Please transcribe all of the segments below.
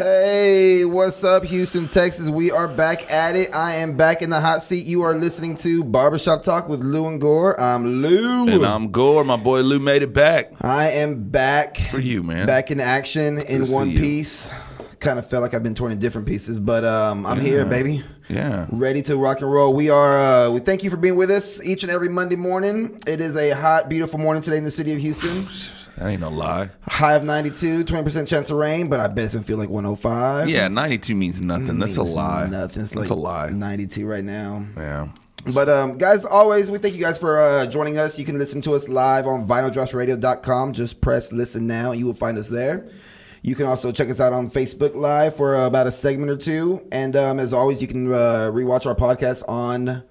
Hey, what's up, Houston, Texas? We are back at it. I am back in the hot seat. You are listening to Barbershop Talk with Lou and Gore. I'm Lou. And I'm Gore. My boy Lou made it back I am back. for you, man. Back in action in see one you. piece. Kind of felt like I've been torn in different pieces, but um, I'm here, baby. Yeah. Ready to rock and roll. We are. Uh, we thank you for being with us each and every Monday morning. It is a hot, beautiful morning today in the city of Houston. That ain't no lie. High of 92, 20% chance of rain, but I bet it's gonna feel like 105. Yeah, 92 means nothing. That's a Means lie. Nothing. It's like That's a lie. 92 right now. Yeah. But um, guys, always we thank you guys for uh, joining us. You can listen to us live on vinyldroshradio.com. Just press listen now, and you will find us there. You can also check us out on Facebook Live for uh, about a segment or two. And um, as always, you can uh, rewatch our podcast on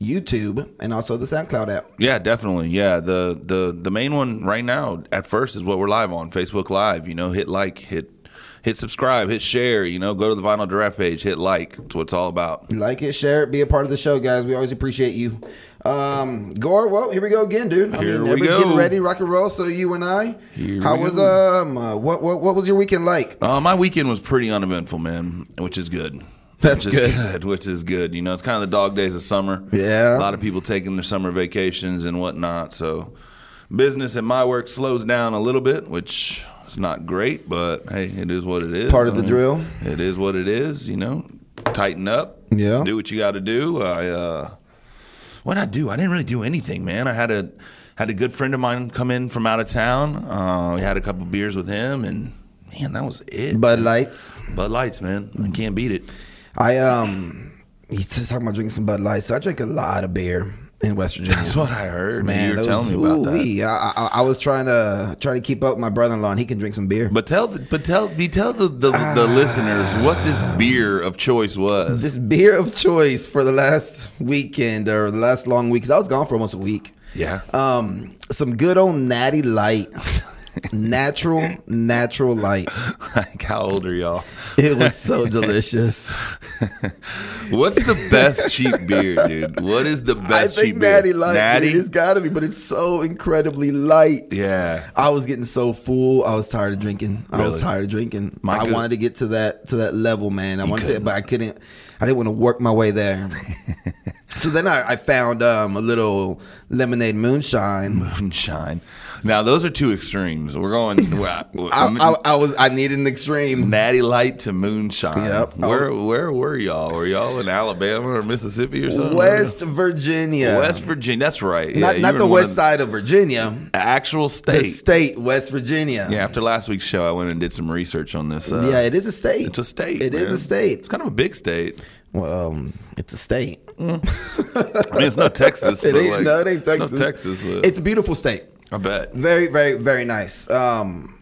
YouTube and also the SoundCloud app. Yeah, definitely. Yeah, the the the main one right now at first is what we're live on Facebook Live. You know, hit like, hit hit subscribe, hit share. You know, go to the Vinyl Giraffe page, hit like. That's what it's all about. Like it, share it, be a part of the show, guys. We always appreciate you. Um, Gore, well, here we go again, dude. I Here mean, we everybody's go. getting ready, rock and roll. So you and I, Here how we was go. um, uh, what what what was your weekend like? Uh, my weekend was pretty uneventful, man, which is good. That's which good. Is good. Which is good. You know, it's kind of the dog days of summer. Yeah. A lot of people taking their summer vacations and whatnot. So business at my work slows down a little bit, which is not great, but hey, it is what it is. Part of the drill. It is what it is. You know, tighten up. Yeah. Do what you got to do. I. uh what I do, I didn't really do anything, man. I had a had a good friend of mine come in from out of town. Uh, we had a couple beers with him, and man, that was it. Bud Lights. Bud Lights, man. Mm. I can't beat it. I um, he's just talking about drinking some Bud Light, so I drink a lot of beer in West Virginia. That's what I heard. Man, you were those- telling me about that. ooh-wee. I, I, I was trying to try to keep up with my brother-in-law, and he can drink some beer. But tell, the- but tell, be tell the the, the Ah. listeners what this beer of choice was. this beer of choice for the last weekend or the last long week, because I was gone for almost a week. Yeah. Um, some good old natty light, natural, natural light. like, how old are y'all? It was so delicious. What's the best cheap beer, dude? What is the best I think cheap natty beer? light. Natty? Dude, it's got to be, but it's so incredibly light. yeah. I was getting so full. I was tired of drinking. I was Really? tired of drinking. My I good- wanted to get to that to that level, man. I wanted to, couldn't. but I couldn't. I didn't want to work my way there. so then I, I found um, a little lemonade Mm. moonshine. Moonshine. Now those are two extremes. We're going. we're- I, I'm- I, I was I needed an extreme. Natty Light to Moonshine. Yep. Where where were y'all? Were y'all in Alabama or Mississippi or something? West Virginia, West Virginia. That's right. not, you not were the in one west of side of Virginia, the Actual the state. state West Virginia. Yeah, after last week's show, I went and did some research on this. Uh, yeah, it is a state. it's a state. It is man. a state. It's kind of a big state. Well, um, it's a state. I mean, it's not Texas. It but ain't like, no, it ain't it's Texas. not Texas, but It's a beautiful state. I bet. Very, very, very nice. Um,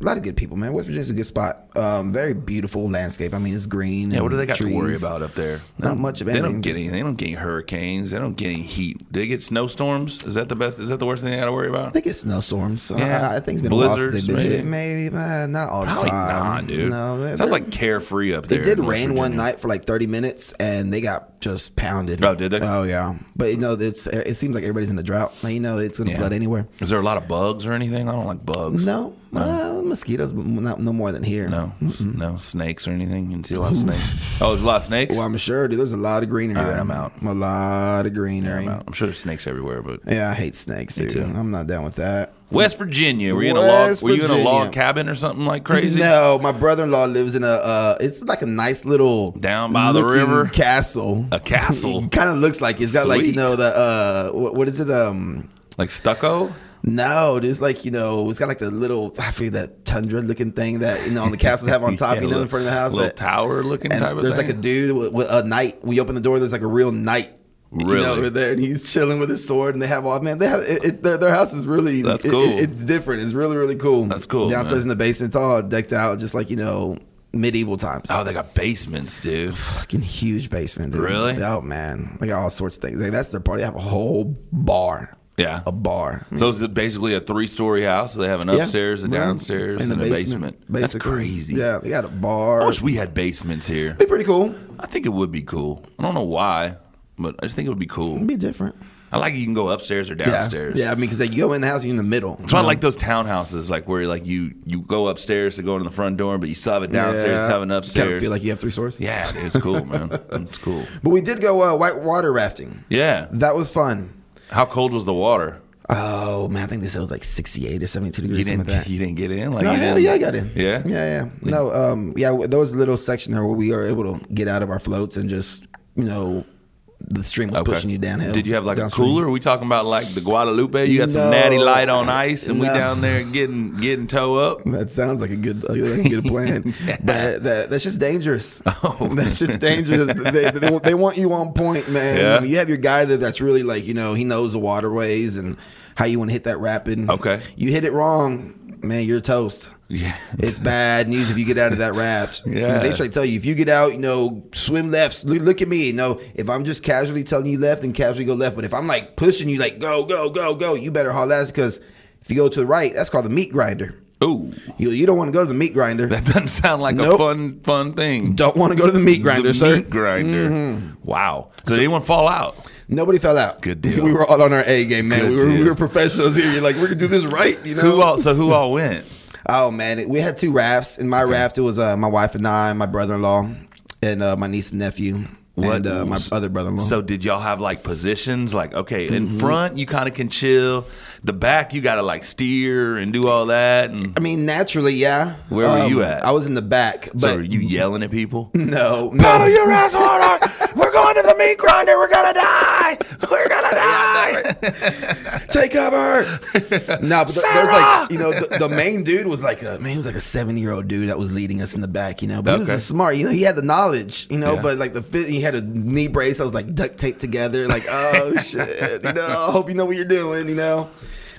a lot of good people, man. West Virginia's a good spot. Um, very beautiful landscape. I mean, it's green. Yeah, and what do they got to worry trees. about up there? They Not don't- much of They anything, don't get just- any. They don't get any hurricanes. They don't get any heat. They get snowstorms. Is that the best? Is that the worst thing they got to worry I about? think it's snowstorms. Yeah. Yeah. I, I think it's been a while since Blizzards, they've been maybe. hit. Maybe uh, not all the Probably time. not, dude. No, they- sounds they're- like carefree up there. It did in West rain one Virginia. night for like thirty minutes, and they got just pounded. Oh, did they? Oh yeah, but you know, it's it seems like everybody's in a drought. Like, you know, it's gonna Yeah. flood anywhere. Is there a lot of bugs or anything? I don't like bugs. No, Uh, mosquitoes, but not no more than here. No, s- no snakes or anything. You didn't see a lot of snakes. Oh, there's a lot of snakes. Well, I'm sure, dude. There's a lot of greenery. there. I'm out. A lot of greenery. I'm sure there's snakes everywhere, but Yeah, I hate snakes, dude. I'm not down with that. West Virginia. Were you in a log? West Were you in a Virginia. log cabin or something like crazy? No, my brother-in-law lives in a. Uh, it's like a nice little Down by the looking river? castle. A castle? kind of looks like it's got like you Sweet. know the uh, what, what is it? Um, Like stucco? no, it's like you know it's got like the little I feel that tundra looking thing that you know on the castles have on top. Yeah, you know little- in front of the house. Little that- tower looking and type of there's thing. like a dude with, with a knight. We open the door. There's like a real knight. You Really? know, over there, and he's chilling with his sword, and they have all man. They have it, it, their, their house is really That's it- it- cool. it's different. It's really really cool. That's cool, Downstairs man. in the basement, it's all decked out, just like you know medieval times. Oh, they got basements, dude. Fucking huge basement. Dude. Really? Oh man, they got all sorts of things. Like, that's their party. They have a whole bar. Yeah. a bar. So it's basically a three-story house. So they have an Yeah. upstairs, a Right. downstairs, And and, a a basement, basement. That's basically. crazy. Yeah, they got a bar. I wish we had basements here. be pretty cool. I think it would be cool. I don't know why, but I just think it would be cool. Be different. I like you can go upstairs or downstairs. Yeah, I mean, because like, you go in the house, you're in the middle. That's why I like those townhouses, like where like you you go upstairs to go in the front door, but you still have it downstairs, you still have it upstairs. Kind of feel like you have three stories. yeah, dude, it's cool, man. It's cool. But we did go uh, white water rafting. Yeah. That was fun. How cold was the water? Oh man, I think they said it was like 68 or 72 degrees. You something didn't like that. you didn't get in? Like No, you hell didn't- yeah, I got in. Yeah? yeah, yeah. No, um, yeah, w- there was a little section there where we were able to get out of our floats and just, you know, the stream was Okay. pushing you downhill. Did you have like downstream. a cooler? Are we talking about like the Guadalupe? You got some No. natty light on ice and we No. down there getting getting toe up? That sounds like a good, like a good plan, but that, that's just dangerous. Oh. That's just dangerous. they, they, want- they want you on point, man. Yeah. You have your guy that, that's really like you know he knows the waterways and how you want to hit that rapid. Okay. you hit it wrong, man. You're toast. Yeah. It's bad news if you get out of that raft. Yeah. They try to tell you if you get out, you know, swim left. Look, look at me. You know, if I'm just casually telling you left and casually go left, but if I'm like pushing you, like go, go, go, go, you better haul ass because if you go to the right, that's called the meat grinder. Ooh. You, you don't want to go to the meat grinder. That doesn't sound like a Nope. fun fun thing. don't want to go to the meat grinder, the sir. Mm-hmm. meat grinder. Wow. Did anyone fall out? Nobody fell out. Good deal. We were all on our A game, man. Good We were, we deal. were professionals here. You're like, we're gonna do this right, you know. Who all so who all went? Oh man, it, we had two rafts. In my raft, it was uh, my wife and I, my brother-in-law, and uh, my niece and nephew, What- and uh, my other brother-in-law. So did y'all have like positions? Like okay, in Mm-hmm. front you kind of can chill. The back you got to like steer and do all that. And I mean, naturally, yeah. Um, Where were you at? I was in the back, but Mm-hmm. so are you yelling at people? no, no. Paddle your ass harder. We're going to the meat grinder. We're gonna die. We're gonna die. Take cover. no, but th- there's Sarah! like you know the, the main dude was like a man. He was like a seventy year old dude that was leading us in the back. You know, but he was Okay. just smart. You know, he had the knowledge. You know, Yeah. but like the fit, he had a knee brace. I was like duct taped together. Like oh shit. You know, I hope you know what you're doing. You know.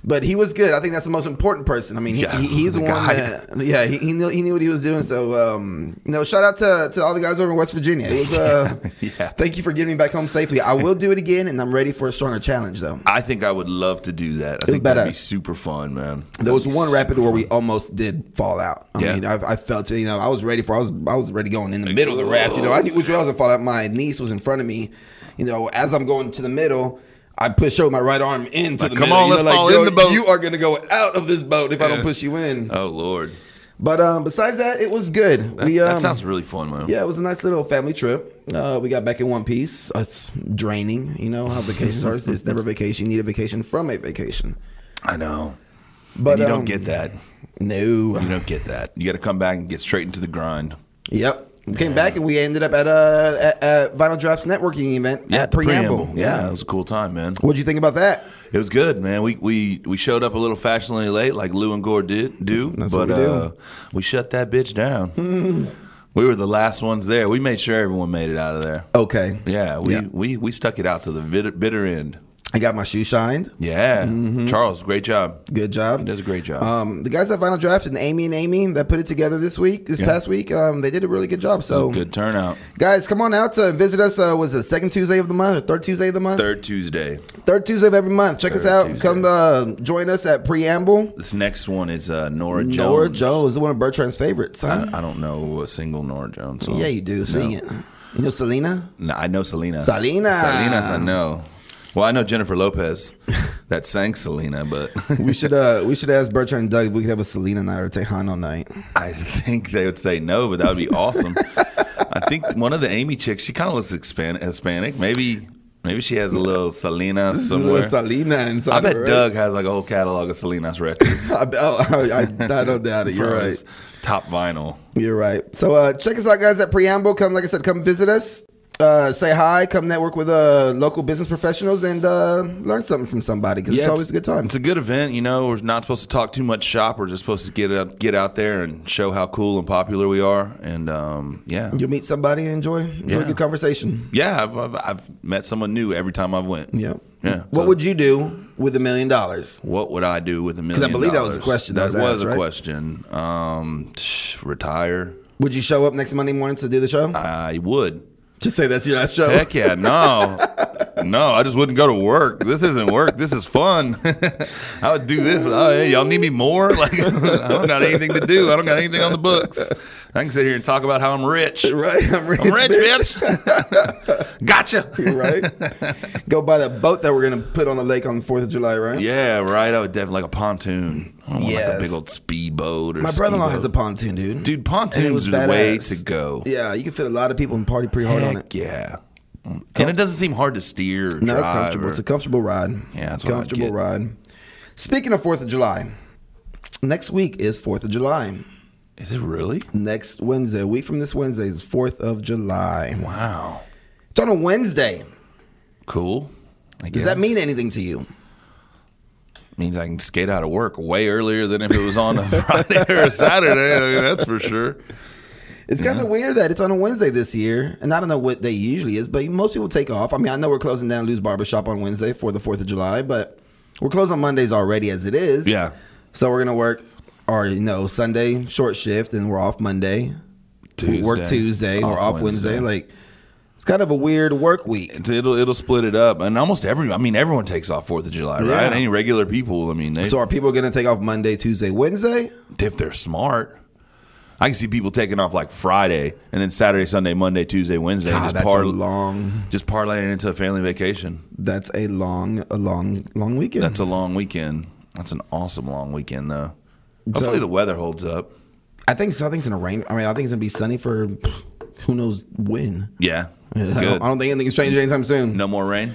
But he was good. I think that's the most important person. I mean, he, Yeah, he- he's the, the one guy. that, Uh, yeah, he, he knew he knew what he was doing. So, um, you know, shout out to, to all the guys over in West Virginia. It was, uh, Yeah. Thank you for getting me back home safely. I will do it again, and I'm ready for a stronger challenge, though. I think I would love to do that. I was think that'd be badass. super fun, man. There was one rapid where we almost did fall out. I Yeah. mean, I, I felt it. You know, I was ready for. I was. I was ready going in the middle of the raft. You know, I knew which way I was gonna fall out. My niece was in front of me. You know, as I'm going to the middle, I push over my right arm into the come middle. on, you know, let's fall in yo, the boat. You are gonna go out of this boat if I don't Yeah. push you in. Oh lord, But um, besides that, it was good. that, we um, that sounds really fun, man. yeah, it was a nice little family trip. Uh, we got back in one piece. Uh, It's draining. You know how vacations are. It's never vacation. You need a vacation from a vacation. I know. But and you um, don't get that. no. You don't get that. You got to come back and get straight into the grind. Yep. We came back and we ended up at a at, at Vinyl Drafts networking event at the Preamble. Yeah. Yeah. it was a cool time, man. What'd you think about that? It was good, man. We we we showed up a little fashionably late, like Lou and Gore did do, what but we do. uh, we shut that bitch down. we were the last ones there. We made sure everyone made it out of there. Okay. Yeah, we Yeah. we we stuck it out to the bitter, bitter end. I got my shoe shined. Yeah, Mm-hmm. Charles, great job. Good job. He does a great job. Um, the guys at Vinyl Drafts and Amy and Amy that put it together this week, this past week, um, they did a really good job. So, Good turnout. guys, come on out to visit us. Uh, was it second Tuesday of the month or third Tuesday of the month? Third Tuesday. Third Tuesday of every month. Check us Third out. Tuesday. Come uh, join us at Preamble. This next one is uh, Nora Jones. Nora Jones is one of Bertrand's favorites, huh? I don't know a single Nora Jones song. yeah, you do. Sing No. it. You know Selena? No, I know Selena. Selena. Salinas, I know. Well, I know Jennifer Lopez that sang Selena, but We should uh we should ask Bertrand and Doug if we could have a Selena night or a Tejano night. I think they would say no, but that would be awesome. I think one of the Amy chicks, she kind of looks Hispanic. Hispanic. Maybe maybe she has a little Selena somewhere. Selena and I bet Doug has like a whole catalog of Selena's records. I, bet- oh, I, I, I don't doubt it. You're from right. his Top vinyl. You're right. So uh, check us out, guys, at Preamble. Come, like I said, come visit us. Uh, say hi. Come network with uh, local business professionals and uh, learn something from somebody because it's always a good time. It's a good event, you know. We're not supposed to talk too much shop. We're just supposed to get out, get out there and show how cool and popular we are. And um, yeah, You'll meet somebody and enjoy enjoy a Yeah. good conversation. yeah. I've, I've, I've met someone new every time I've went. Yep. Yeah. What would you do with a million dollars? What would I do with a million? believe that was a dollars? question that That, was was, asked, a right? question. Um, tsh, retire. Would you show up Uh, next Monday morning to do the show? I would. Oh. Just say that's your last show. Heck yeah, no, fun. No, I just wouldn't go to work. This isn't work. this is fun. I would do this. Oh, hey, y'all need me more? Like, I don't got anything to do. I don't got anything on the books. I can sit here and talk about how I'm rich. Right, I'm rich, I'm rich, bitch. bitch. gotcha. right? Go buy that boat that we're gonna put on the lake on the Fourth of July, right? Yeah, right. I would definitely like a pontoon. I don't want like Yes. a big old speedboat or My brother-in-law ski has a boat. pontoon, dude. dude. And it Pontoons was are the way badass. to go. Yeah, you can fit a lot of people and party pretty hard on it. Heck yeah. Mm. And it doesn't seem hard to steer. Or drive No, it's comfortable. or- It's a comfortable ride. Yeah, that's what I'd comfortable get. ride. Speaking of Fourth of July, next week is Fourth of July. is it really? Next Wednesday, a week from this Wednesday, is Fourth of July. Wow. It's on a Wednesday. Cool. I Does guess. that mean anything to you? means I can skate out of work way earlier than if it was on a Friday or a Saturday. I mean, that's for sure. It's kind of weird that it's on a Wednesday this year, and I don't know what day usually is, but most people take off. I mean, I know we're closing down Lou's Barbershop on Wednesday for the Fourth of July, but we're closed on Mondays already as it is. Yeah. So we're gonna work our you know Sunday short shift, and we're off Monday. We work Tuesday, we're off Wednesday. Like it's kind of a weird work week. It's- It'll it'll split it up, and almost every I mean everyone takes off Fourth of July, right? Yeah. Any regular people, I mean, they, So are people gonna take off Monday, Tuesday, Wednesday? if they're smart, I can see people taking off like Friday and then Saturday, Sunday, Monday, Tuesday, Wednesday, and God, just Ah, that's par- a long. just parlaying into a family vacation. That's a long, a long, long weekend. That's a long weekend. That's an awesome long weekend, though. Hopefully So- the weather holds up. I think so. I think it's gonna rain. I mean, I think it's gonna be sunny for pff, who knows when. Yeah, I good. don't, I don't think anything's changing anytime soon. No more rain.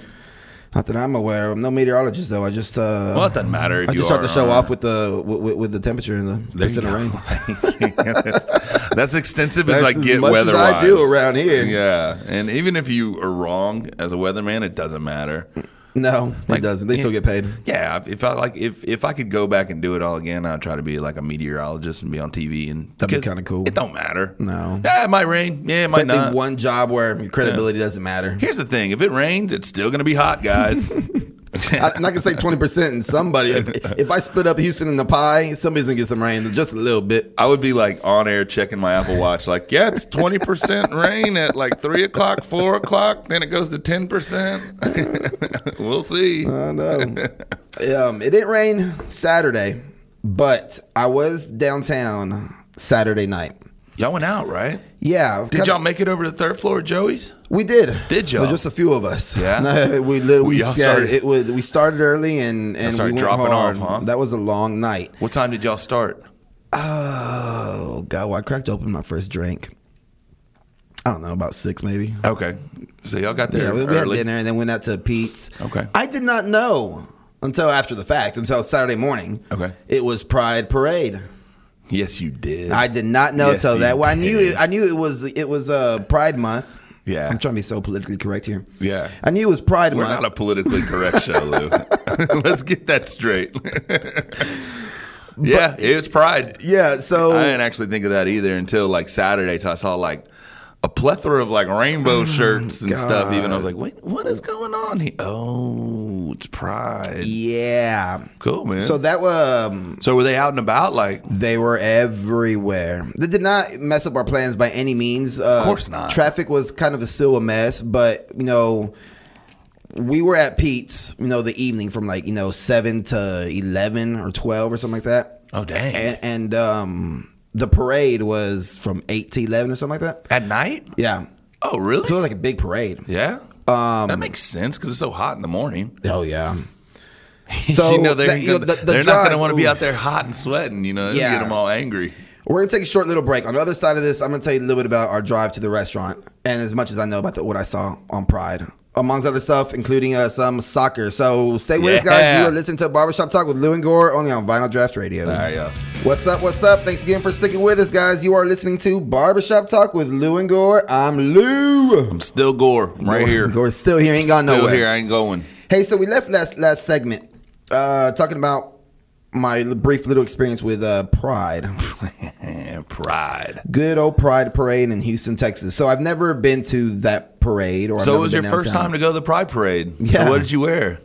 Not that I'm aware of. I'm no meteorologist though. I just uh, Well, it doesn't matter. If I you just start are to or show aren't. off with the with, with the temperature and the There you percent of go. rain. That's extensive as That's I as get much as weather I do around here. Yeah, and even if you are wrong as a weatherman, it doesn't matter. No, it Like, doesn't. They still yeah. get paid. Yeah, if- if I like, if if I could go back and do it all again, I'd try to be like a meteorologist and be on TV. And That'd be because kinda cool. It don't matter. No. Yeah, it might rain. Yeah, it It's like might the not. one job where your credibility doesn't matter. Here's the thing: if it rains, it's still gonna be hot, guys. I'm not gonna say 20 percent in somebody. If, if I split up Houston in the pie, somebody's gonna get some rain, just a little bit. I would be like on air checking my Apple Watch, like, yeah, it's twenty percent rain at like three o'clock, four o'clock, then it goes to ten percent. we'll see. I know. um, it didn't rain Saturday, but I was downtown Saturday night. Y'all went out, right? Yeah, Did y'all make it over to the third floor, of Joey's? We did. Did So y'all? Just a few of us. Yeah? No, we lit, we Y'all scattered. started- It was, we started early and and we started went dropping hard. off, huh? That was a long night. What time did y'all start? Oh god, well, I cracked open my first drink. I don't know, about six maybe. Okay, so y'all got Yeah, there we, we had early. dinner and then went out to Pete's. Okay. I did not know until after the fact, until Saturday morning. Okay. It was Pride Parade. Yes, you did. I did not know Yes, till you that. Well, I knew did. it, I knew it was it was uh, Pride Month. Yeah. I'm trying to be so politically correct here. Yeah. I knew it was Pride We're Month. not a politically correct show, Lou. Let's get that straight. yeah, it's pride. yeah, so I didn't actually think of that either until like Saturday. So I saw like a plethora of like rainbow Mm, shirts and stuff. Even I was like, wait, what is going on here? Oh, it's Pride. yeah. Cool, man. So So, that um so were they out and about? Like, They were everywhere. They did not mess up our plans by any means. Uh, of course not. Traffic was kind of a, still a mess, but you know, we were at Pete's. You know, the evening from like you know seven to eleven or twelve or something like that, oh dang, and, and um, the parade was from eight to eleven or something like that. at night? Yeah, Oh, really? so it was like a big parade. yeah. Um, that makes sense because it's so hot in the morning. Hell yeah. So you know they're, that- you know, gonna- the- the they're not going to drive- want to be ooh. out there hot and sweating. You know, It'll Yeah. get them all angry. We're gonna take a short little break. On the other side of this, I'm gonna tell you a little bit about our drive to the restaurant and as much as I know about the, what I saw on Pride, amongst other stuff, including uh, some soccer. So stay with us, guys. Yeah. You are listening to Barbershop Talk with Lou and Gore only on Vinyl Draft Radio. All right, yeah. What's up? What's up? Thanks again for sticking with us, guys. You are listening to Barbershop Talk with Lou and Gore. I'm Lou. I'm still Gore. I'm right here. Gore's still here. Ain't gone Still nowhere. here. I ain't going. Hey, so we left last last segment uh, talking about my l- brief little experience with uh, Pride. Pride. good old Pride Parade in Houston, Texas. So I've never been to that parade. Or I've So never it was your been first time downtown. to go to the Pride Parade. Yeah. So what did you wear?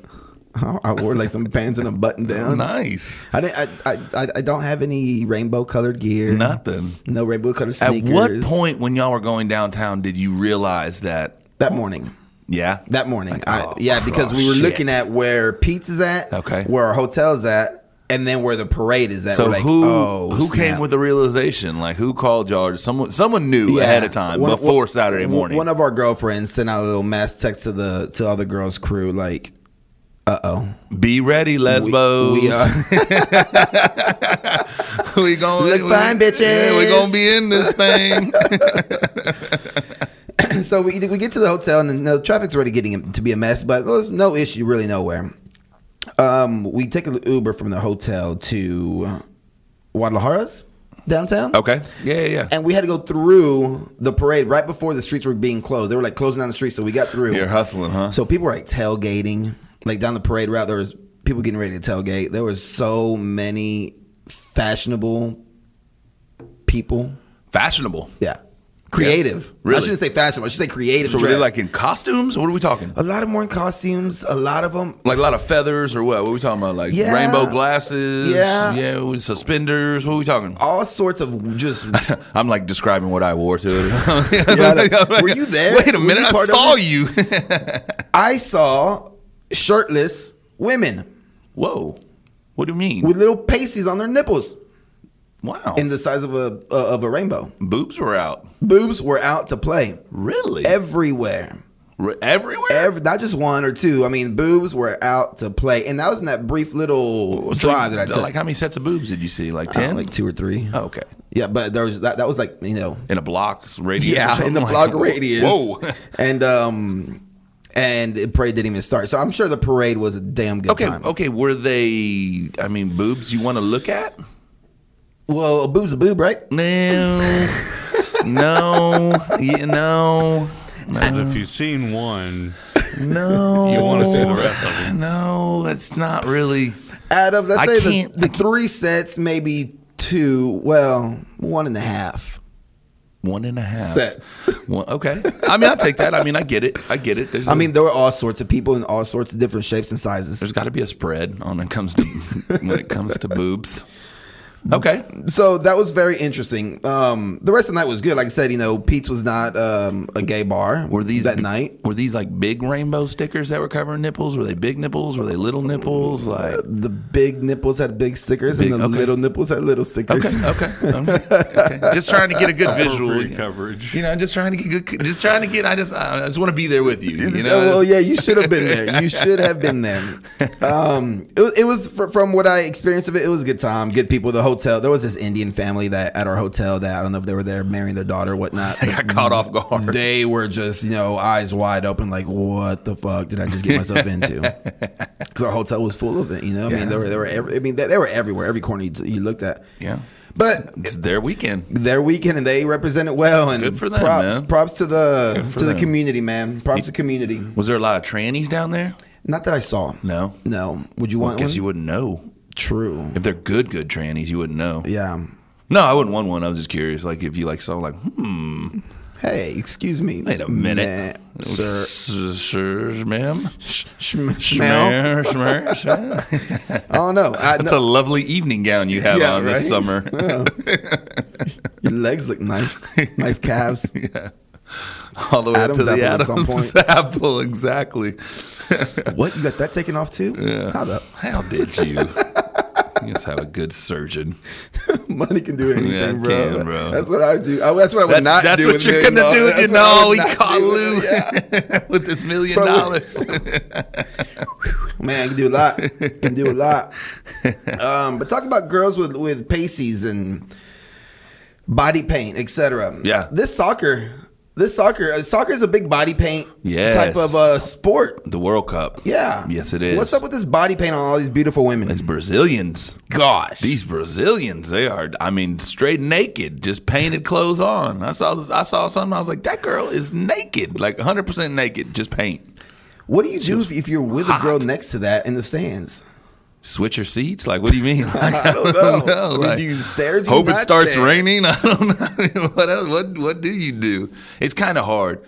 I wore like some pants and a button down. Nice. I, didn't, I, I I- I don't have any rainbow colored gear. Nothing. No rainbow colored At sneakers. what point when y'all were going downtown did you realize that that morning? Yeah. that morning. Like, I, oh, yeah, because we were shit. looking at where pizza's at, Okay. where our hotel's at, and then where the parade is at. So We're like, who oh, who snap. came with the realization? Like who called y'all? Or someone someone knew ahead of time One of- before one- Saturday morning. One of our girlfriends sent out a little mass text to the to other girls' crew, like, uh oh, Be ready, lesbos. we uh, are- we gonna Look we- fine, bitches. Yeah, we gonna be in this thing. uh, so we, we get to the hotel and the traffic's already getting to be a mess, but there's no issue really nowhere. Um, we take an Uber from the hotel to Guadalajara's downtown. okay. Yeah, yeah, yeah. And we had to go through the parade right before the streets were being closed. They were like closing down the streets, so we got through. You're hustling, huh? So people were like tailgating, like down the parade route. There was people getting ready to tailgate. There was so many fashionable people. Fashionable. Yeah, creative. Really? I shouldn't say fashionable. I should say creative. So were they dressed. like in costumes? What are we talking? a lot of them were in costumes. A lot of them. Like a lot of feathers or what? What are we talking about? Like Yeah. rainbow glasses? Yeah. Yeah, with suspenders. What are we talking? All sorts of just. I'm like describing what I wore to it. like, were you there? Wait a Were minute, you I part of saw this? you. I saw shirtless women Whoa. What do you mean? with little pasties on their nipples wow. in the size of a of a rainbow. Boobs were out. Boobs were out to play Really? everywhere. Re- everywhere? Every, not just one or two. I mean, boobs were out to play, and that was in that brief little So drive you- that I took, Like how many sets of boobs did you see? Like I don't know, 10? like two or three. oh, okay. Yeah, but there was that. That was like you know, In a block radius? or yeah, in something? the Like, block whoa- radius. Whoa. and um, and the parade didn't even start, so I'm sure the parade was a damn good Okay, oh. time. okay. Were they, I mean, boobs you want to look at? Well, a boob's a boob, right? No. no. Yeah, no. And if you've seen one, No. you want to see the rest of them. No, it's not really. Out of let's I say the, can't- the three sets, maybe two. Well, one and a half One and a half sets. One, okay. I mean, I take that. I mean, I get it. I get it. There's I a- mean, there were all sorts of people in all sorts of different shapes and sizes. there's got to be a spread on when it comes to when it comes to boobs. Okay. so that was very interesting. Um, the rest of the night was good. Like I said, you know, Pete's was not um, a gay bar. Were these that b- night? Were these like big rainbow stickers that were covering nipples? Were they big nipples? Were they little nipples? Like The big nipples had big stickers, Big- and the okay. little nipples had little stickers. okay, okay, okay. Just trying to get a good visual. Appropriate coverage. You know, just trying to get good. Just trying to get. I just, I just want to be there with you. You know. well, yeah, you should have been there. You should have been there. Um, it, was- it was fr- from what I experienced of it. It was a good time, good people. The hotel. There was this Indian family that at our hotel that I don't know if they were there marrying their daughter or whatnot. I got caught off guard. they were just you know eyes wide open like what the fuck did i just get myself into because our hotel was full of it you know i mean they were they were every, i mean they, they were everywhere every corner you, you looked at Yeah. but It's their weekend. their weekend and they represented well and Good for them, props man. props to the Good for to the them. community man props to community Was there a lot of trannies down there? not that i saw No. no would you want Guess one? you wouldn't know. true If they're good, good trannies, you wouldn't know. yeah No, I wouldn't want one. I was just curious. Like if you like saw like, hmm, hey excuse me wait a minute. Meh, Sir, sir sir, ma'am. Schm- schmel. Schmer, schmer, schmer. i don't know I, That's no, a lovely evening gown you have Yeah, on this right? summer. your legs look nice nice calves All the way Adam's up to the apple at some Adam's point. apple, exactly. What you got that taken off too? Yeah. How the How did you? You just have a good surgeon. money can do anything, Yeah, it bro. can, bro. That's what I do. I, that's what I would That's, not that's do. what with you're million gonna do dollars. with your That's what I would nolly not do with- yeah. Kalu with this million Bro, we- dollars. Man, I can do a lot. Can do a lot. Um, but talk about girls with with paces and body paint, etc. Yeah. This soccer, this soccer, uh, soccer is a big body paint Yes. type of uh, sport. the World Cup. Yeah. Yes, it is. What's up with this body paint on all these beautiful women? It's Brazilians. Gosh, these Brazilians, they are. I mean, straight naked, just painted clothes on. I saw. I saw something. I was like, that girl is naked, like 100 percent naked, just paint. what do you do if, if you're with a girl hot. next to that in the stands? Switch your seats. Like, what do you mean? Like, I don't know. I mean, like, do you stare? Do you hope it not starts stare? raining. I don't know. I mean, what else? What What do you do? It's kind of hard.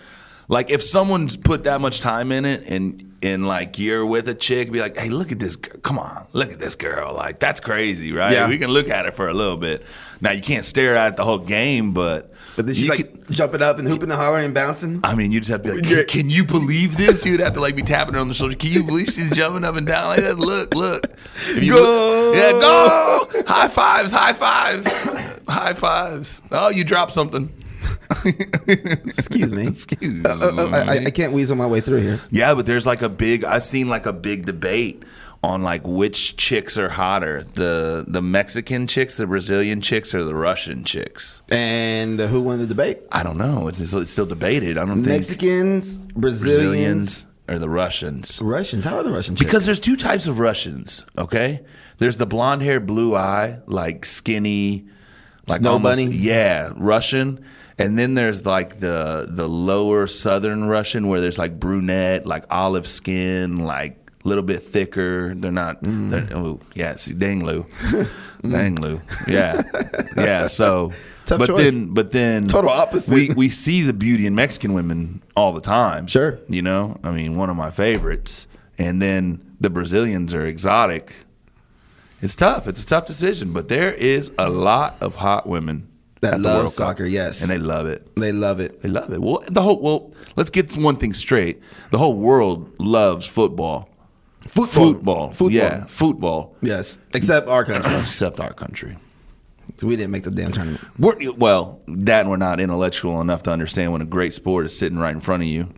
Like if someone's put that much time in it and and like you're with a chick, be like, hey, look at this. Girl. Come on, look at this girl. Like that's crazy, right? Yeah. We can look at it for a little bit. Now you can't stare at it the whole game, but But then she's you like could- jumping up and hooping and hollering and bouncing. I mean, you just have to be like, Yeah. can, can you believe this? You'd have to like be tapping her on the shoulder. Can you believe she's jumping up and down like that? Look, look. If you Go. look- yeah, go. High fives, high fives, high fives. Oh, you dropped something. Excuse me. Excuse Uh, uh, uh, I, me. I can't weasel my way through here. Yeah, but there's like a big. I've seen like a big debate on like which chicks are hotter the the Mexican chicks, the Brazilian chicks, or the Russian chicks. And who won the debate? I don't know. It's, it's, it's still debated. I don't think Mexicans, Brazilians, Brazilians or the Russians. Russians. How are the Russian chicks? Because there's two types of Russians, okay? There's the blonde hair, blue eye, like skinny, like Snow bunny? Yeah, Russian. And then there's like the the lower southern Russian where there's like brunette, like olive skin, like a little bit thicker. They're not. Mm. They're, oh yeah, see, dang Lou, dang Lou. Yeah, yeah. So, Tough but choice. then, but then, Total opposite. We we see the beauty in Mexican women all the time. Sure. You know, I mean, one of my favorites. And then the Brazilians are exotic. It's tough. It's a tough decision, but there is a lot of hot women That at the love World Cup. soccer, yes. and they love it. they love it. They love it. Well, the whole well, let's get one thing straight. The whole world loves football. Football. Football. Football. Yeah, football. Yes, except our country. Except our country. So we didn't make the damn tournament. We're, well, that and we're not intellectual enough to understand when a great sport is sitting right in front of you.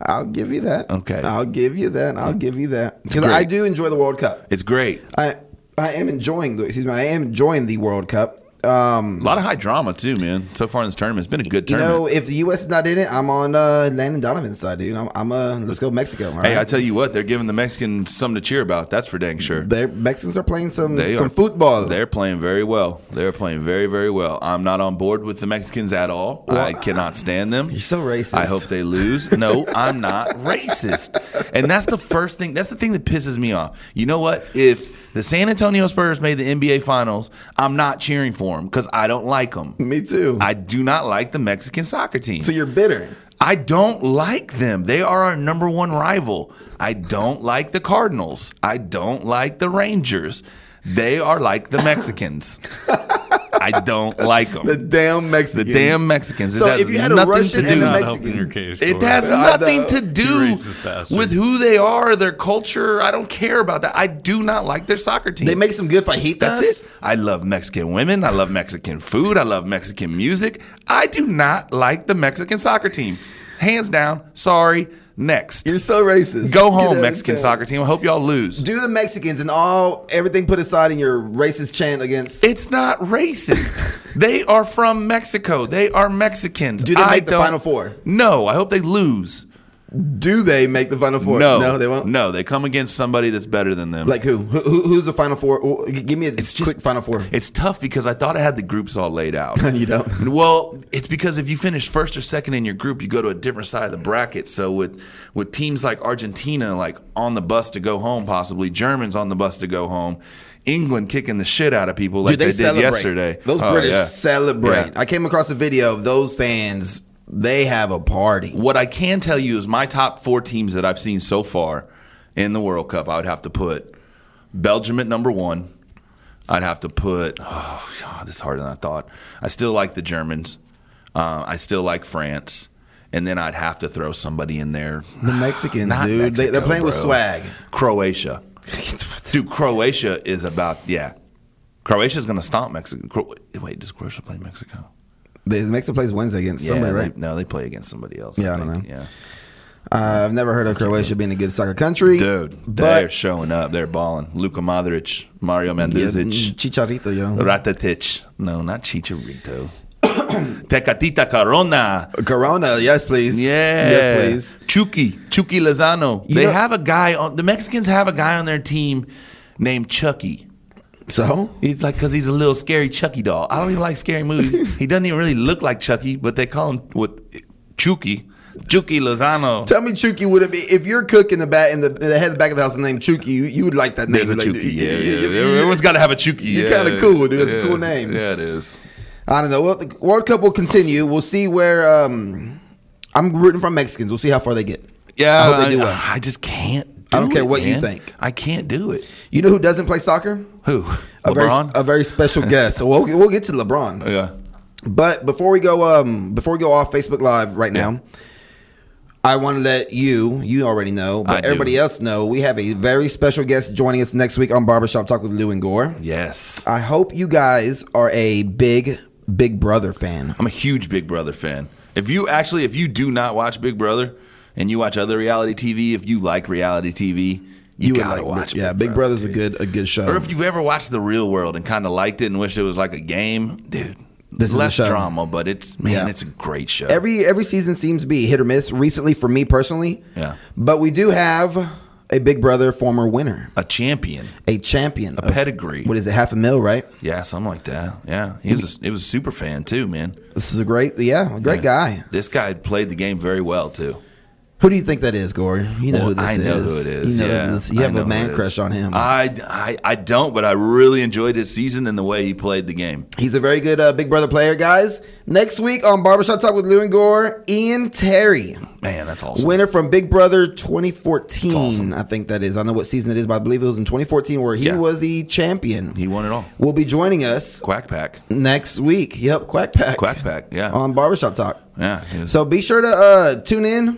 I'll give you that. Okay. Mm. I'll give you that. I'll give you that. Because Great. I do enjoy the World Cup. It's great. I I am enjoying the excuse me. I am enjoying the World Cup. Um, A lot of high drama too, man. So far in this tournament, it's been a good you tournament. know, if the U.S. is not in it, I'm on uh, Landon Donovan's side, dude. I'm, I'm uh, let's go Mexico. all hey, I right? tell you what, they're giving the Mexicans something to cheer about. That's for dang sure. They're- Mexicans are playing some They some are- football. They're playing very well. They're playing very, very well. I'm not on board with the Mexicans at all. I cannot stand them. You're so racist. I hope they lose. No, I'm not racist. And that's the first thing. That's the thing that pisses me off. You know what? If the San Antonio Spurs made the NBA Finals, I'm not cheering for them because I don't like them. Me too. I do not like the Mexican soccer team. so you're bitter. I don't like them. They are our number one rival. I don't like the Cardinals. I don't like the Rangers. They are like the Mexicans. I don't like them. The damn The Mexicans. damn Mexicans. It So has if you had a nothing Russian to and do- a Not Mexican, helping your case. It Corey. has I nothing know. to do racist bastard. with who they are, their culture. I don't care about that. I do not like their soccer team. they make some good fajitas. That's it. I love Mexican women. I love Mexican food. I love Mexican music. I do not like the Mexican soccer team. Hands down. Sorry. Next. You're so racist. Go Get out home, of Mexican town. soccer team. I hope y'all lose. Do the Mexicans and all everything put aside in your racist chant against. It's not racist. they are from Mexico. They are Mexicans. Do they I make the don't- Final Four? No. I hope they lose. Do they make the final four? No. no, they won't. No, they come against somebody that's better than them. Like who? Who, who? Who's the final four? Oh, g- Give me a It's just- quick final four. It's tough because I thought I had the groups all laid out. You don't. Well, it's because if you finish first or second in your group, you go to a different side of the bracket. So with with teams like Argentina, like on the bus to go home, possibly Germans on the bus to go home, England kicking the shit out of people like Dude, they, did celebrate. yesterday. Those Oh, British yeah. celebrate. Yeah. I came across a video of those fans. They have a party. What I can tell you is my top four teams that I've seen so far in the World Cup. I would have to put Belgium at number one. I'd have to put. Oh God, this is harder than I thought. I still like the Germans. Uh, I still like France, and then I'd have to throw somebody in there. The Mexicans, Not dude. they, they're Mexico, playing with bro. swag. Croatia, dude. Croatia is about yeah. Croatia's gonna stomp Mexico. Cro- Wait, does Croatia play Mexico? The Mexico plays Wednesday against somebody, yeah, right? They, no, they play against somebody else. Yeah, I don't think. know. Yeah, Uh, I've never heard of Croatia being a good soccer country, dude, they're But showing up. They're balling. Luka Modric, Mario yeah, Mandzukic. mm, Chicharito, yo. Ratatich. No, not Chicharito. Tecatita Corona. Corona, yes, please. Yeah. yes, please. Chucky. Chucky Lozano. You they know- have a guy on the Mexicans have a guy on their team named Chucky. So He's like because he's a little scary Chucky doll. I don't even like scary movies. he doesn't even really look like Chucky, but they call him what Chucky. Chucky Lozano. Tell me, Chucky wouldn't be if you're cooking the bat in the, the head of the back of the house. The name Chucky, you, you would like that name. There's a Like, Chucky. you- Yeah, you- yeah. you- Everyone's got to have a Chucky. You're yeah. kinda cool, dude. That's a Yeah. cool name. Yeah, it is. I don't know. Well, the World Cup will continue. We'll see where um, I'm rooting for Mexicans. We'll see how far they get. Yeah, I hope they do I, well. I just can't. I don't do care it, what you man. think. I can't do it. You know who doesn't play soccer? Who? A very, LeBron. a very special guest. So we'll, we'll get to LeBron. yeah. But before we go, um, before we go off Facebook Live right now, I want to let you, you already know, I but do. everybody else know, we have a very special guest joining us next week on Barbershop Talk with Lou and Gore. Yes. I hope you guys are a big Big Brother fan. I'm a huge Big Brother fan. If you actually, if you do not watch Big Brother and you watch other reality TV, if you like reality TV, you, would gotta like- watch. yeah, Big Brother. Brother's a good a good show. Or if you've ever watched The Real World and kind of liked it and wished it was like a game, dude. This is a less show. drama, but it's man, Yeah. it's a great show. every every season seems to be hit or miss. Recently, for me personally, Yeah. But we do have a Big Brother former winner, a champion, a champion, a of- pedigree. What is it? Half a mil, right? Yeah, something like that. Yeah, he was. A, he was a super fan too, man. This is a great, yeah, a great guy. This guy played the game very well too. Who do you think that is, Gore? You know Well, who this I is. know who it is. You know yeah. who this- you I have know a who man it is. crush on him. I, I I don't, but I really enjoyed his season and the way he played the game. He's a very good uh, Big Brother player, guys. Next week on Barbershop Talk with Lou and Gore, Ian Terry, Man, that's awesome. winner from Big Brother 2014. awesome. I think that is. I don't know what season it is, but I believe it was in 2014 where he Yeah. was the champion. he won it all. will be joining us Quack pack, next week. Yep, Quack Pack. quack pack. Yeah, On Barbershop Talk. yeah. he was- Uh, So be sure to uh, tune in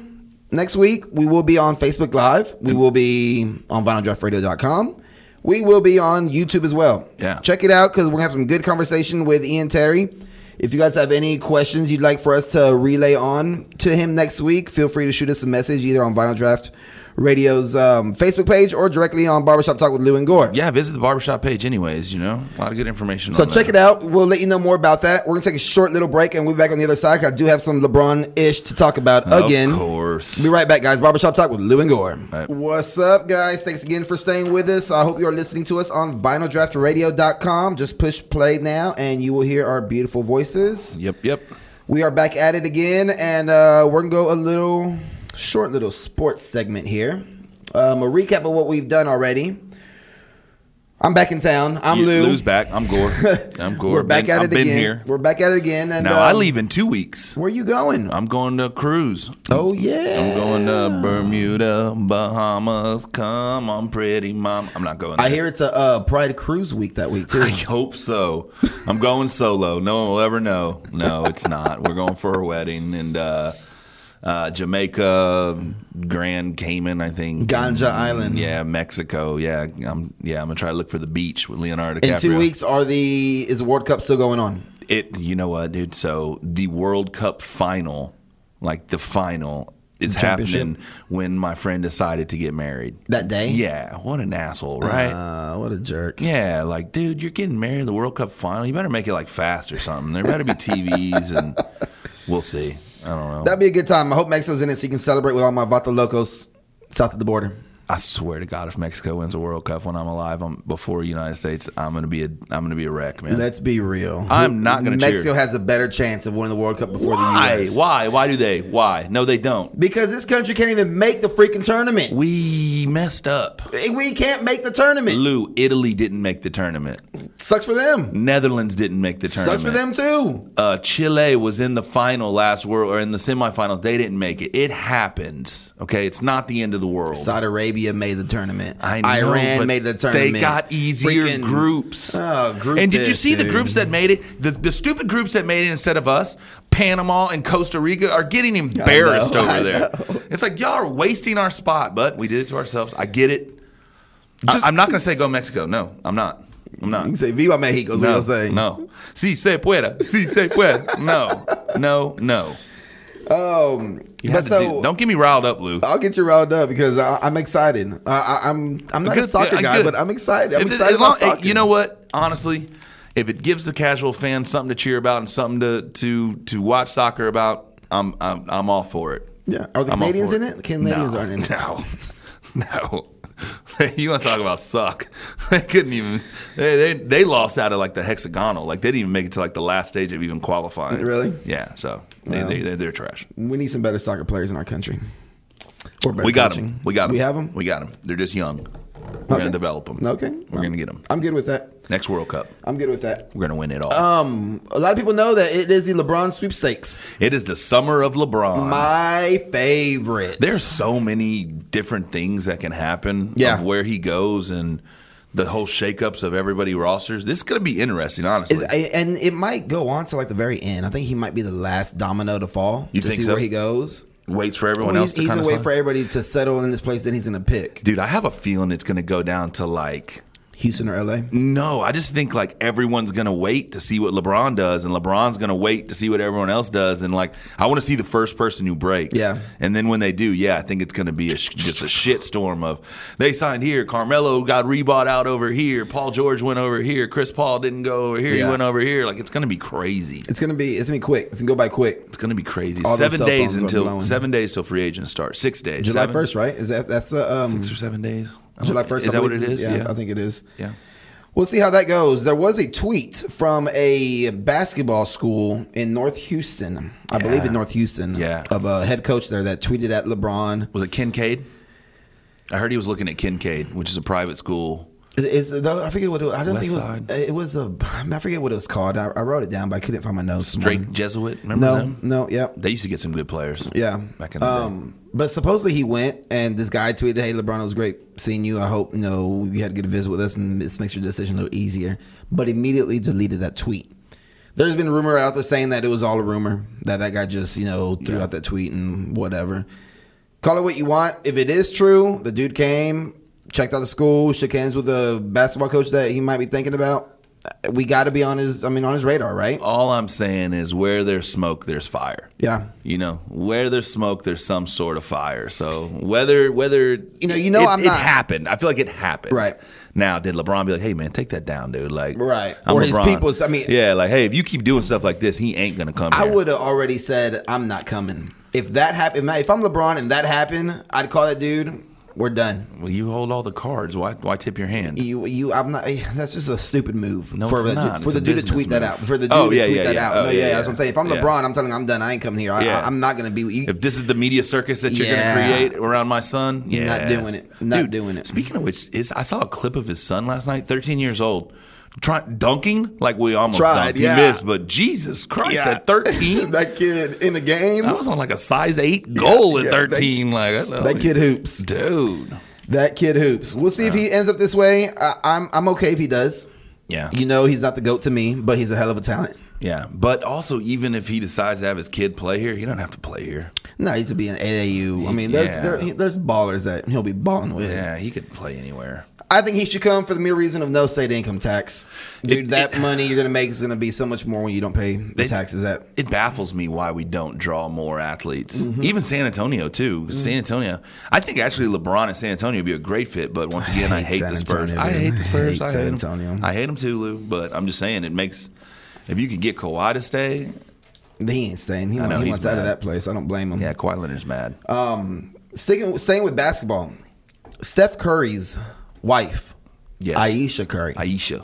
next week. We will be on Facebook Live. We will be on vinyldraftradio.com. We will be on YouTube as well. Yeah. Check it out because we're going to have some good conversation with Ian Terry. If you guys have any questions you'd like for us to relay on to him next week, feel free to shoot us a message either on Vinyl Draft Radio's um, Facebook page or directly on Barbershop Talk with Lou and Gore. yeah, visit the barbershop page, anyways. You know, a lot of good information. So on check it there. out. We'll let you know more about that. We're gonna take a short little break and we'll be back on the other side. 'cause I do have some LeBron ish to talk about again. Of course. Be right back, guys. Barbershop Talk with Lou and Gore. right. What's up, guys? Thanks again for staying with us. I hope you are listening to us on vinyldraftradio.com. Just push play now and you will hear our beautiful voices. Yep, yep. We are back at it again and uh, we're gonna go a little short little sports segment here. Um, a recap of what we've done already. I'm back in town. I'm You- Lou. Lou's back. I'm Gore. I'm Gore. We're back Been- at it I've been again. here. We're back at it again. And Now I um, leave in two weeks. Where you going? I'm going to cruise. oh yeah, I'm going to Bermuda, Bahamas. Come on, pretty mom. I'm not going. There. I hear it's a uh, Pride Cruise week that week too. I hope so. I'm going solo. No one will ever know. No, it's not. We're going for a wedding and uh, uh, Jamaica, Grand Cayman, I think. Ganja Island. Yeah, Mexico. Yeah, I'm. Yeah, I'm gonna try to look for the beach with Leonardo DiCaprio. In two weeks, are the is the World Cup still going on? It. You know what, dude? So the World Cup final, like the final, is Championship. happening when my friend decided to get married. That day? Yeah, what an asshole, right? Uh, what a jerk. Yeah, like, dude, you're getting married in the World Cup final. You better make it like fast or something. There better be TVs, and we'll see. I don't know. That'd be a good time. I hope Mexico's in it so you can celebrate with all my Vato Locos south of the border. I swear to God, if Mexico wins the World Cup when I'm alive, I'm before the United States, I'm gonna be a, I'm gonna be a wreck, man. Let's be real. I'm not gonna cheer. Mexico has a better chance of winning the World Cup before the Why? U.S. Why? Why do they? Why? No, they don't. Because this country can't even make the freaking tournament. We messed up. We can't make the tournament. Lou, Italy didn't make the tournament. Sucks for them. Netherlands didn't make the tournament. Sucks for them too. Uh, Chile was in the final last world or in the semifinals. They didn't make it. It happens. Okay, it's not the end of the world. Saudi Arabia made the tournament. I know, Iran but made the tournament. They got easier Freaking- groups. Oh, group and did you this, see the dude. groups that made it? The, the stupid groups that made it instead of us, Panama and Costa Rica, are getting embarrassed know, I over there. It's like y'all are wasting our spot, but we did it to ourselves. I get it. I, am not going to say go Mexico. No, I'm not. I'm not. You can say Viva Mexico is what No, I'm saying. no. Si se puede. Si se puede. No, no, no. Um, You but had to do- so don't get me riled up, Lou. I'll get you riled up because I, I'm excited. I, I, I'm I'm not a Good- soccer good- guy, good. but I'm excited. I'm If- excited as long- about soccer. You know what? Honestly, if it gives the casual fan something to cheer about and something to to to watch soccer about, I'm I'm, I'm all for it. Yeah. Are the I'm all Canadians for in it? The Canadians no, aren't in it. No, no. you want to talk about suck? They couldn't even. They, they they lost out of like the hexagonal. Like they didn't even make it to like the last stage of even qualifying. Really? Yeah. So they, Wow. they, they they're trash. we need some better soccer players in our country. Or better We got coaching. them. We got them. We have them. We got them. They're just young. We're going to develop them. Okay. We're going to get them. I'm good with that. Next World Cup, I'm good with that. we're going to win it all. Um, a lot of people know that it is the LeBron sweepstakes. it is the summer of LeBron. My favorite. There's so many different things that can happen Yeah. of where he goes and the whole shakeups of everybody rosters. This is going to be interesting, honestly. Is- I- and it might go on to like the very end. I think he might be the last domino to fall You to think see so? where he goes. Waits for everyone Well, else he's to he's kind a of way for everybody to settle in this place that he's gonna pick Dude, I have a feeling it's going to go down to like Houston or LA. No, I just think like everyone's gonna wait to see what LeBron does, and LeBron's gonna wait to see what everyone else does, and like I want to see the first person who breaks. Yeah. and then when they do, yeah, I think it's gonna be a, sh- just a shit storm of they signed here, Carmelo got rebought out over here, Paul George went over here, Chris Paul didn't go over here, Yeah. he went over here. Like it's gonna be crazy. It's gonna be it's gonna be quick. It's gonna go by quick. It's gonna be crazy. All those seven cell days phones are until blowing. seven days till free agents start. Six days. July seven- first, right? Is that that's a um, six or seven days. I July don't- first? Is that what it is? Yeah, I think it is. Yeah. We'll see how that goes. There was a tweet from a basketball school in North Houston, I believe in North Houston, Yeah. of a head coach there that tweeted at LeBron. Was it Kincaid? I heard he was looking at Kincaid, which is a private school. Is I forget what it was. I don't think West it was. Side. It was a. I forget what it was called. I, I wrote it down, but I couldn't find my notes. this Drake morning. Jesuit, remember Um, No, them? no, yep, They used to get some good players. yeah. Back in the um, but supposedly he went, and this guy tweeted, "Hey, LeBron, it was great seeing you. I hope you know you had a good visit with us, and this makes your decision a little easier." But immediately deleted that tweet. There's been rumor out there saying that it was all a rumor that that guy just you know threw out that tweet and whatever. Call it what you want. If it is true, the dude came, checked out the school, shook hands with the basketball coach that he might be thinking about. We got to be on his, I mean, on his radar, right? All I'm saying is where there's smoke, there's fire. Yeah. You know, where there's smoke, there's some sort of fire. So whether whether You know- you know it, I'm it not- happened. I feel like it happened. Right. Now, did LeBron be like, "Hey man, take that down, dude"? Like, Right. Or his people's- I mean- yeah, like, hey, if you keep doing stuff like this, he ain't gonna come. I here. would have already said I'm not coming. If that happened, if I'm LeBron and that happened, I'd call that dude. We're done. Well, you hold all the cards. Why why tip your hand? You, you, I'm not. eh, That's just a stupid move No, for it's the, not. for It's the a dude to business tweet that move. out. For the dude Oh, to yeah, tweet yeah, that yeah. out. Oh, no, yeah, yeah, yeah, yeah. that's what I'm saying. If I'm Yeah. LeBron, I'm telling him I'm done. I ain't coming here. I, Yeah. I, am not gonna be. You, If this is the media circus that you're Yeah. going to create around my son, yeah, Not doing it. Not Dude, doing it. Speaking of which, is I saw a clip of his son last night, 13 years old, try, dunking like we almost Tried, dunked. yeah. He missed, but Jesus Christ, Yeah. at 13, that kid in the game, I was oh, on like a size eight goal yeah, at that- 13. like I don't- that kid hoops. dude. That kid hoops. We'll see if he ends up this way. I, I'm I'm okay if he does. Uh. Yeah, You know, he's not the goat to me, but he's a hell of a talent. yeah. But also, even if he decides to have his kid play here, he don't have to play here. No, he's to be an AAU. I mean, there's Yeah. there, there's ballers that he'll be balling with. Yeah, he could play anywhere. I think he should come for the mere reason of no state income tax, dude. that money you're gonna make is gonna be so much more when you don't pay the It- taxes. That it baffles me why we don't draw more athletes. Mm-hmm. Even San Antonio too. 'cause Mm. San Antonio, I think actually LeBron and San Antonio would be a great fit. But once again, I hate hate, San the Spurs. Antonio, I dude. hate I the Spurs. hate I hate San them. Antonio. I hate them too, Lou. But I'm just saying, it makes if you could get Kawhi to stay, he ain't saying he, know, want- he he's wants out of mad. that place. I don't blame him. yeah, Kawhi Leonard's mad. Um, sticking same with basketball. Steph Curry's wife, Yes. Aisha Curry, Aisha,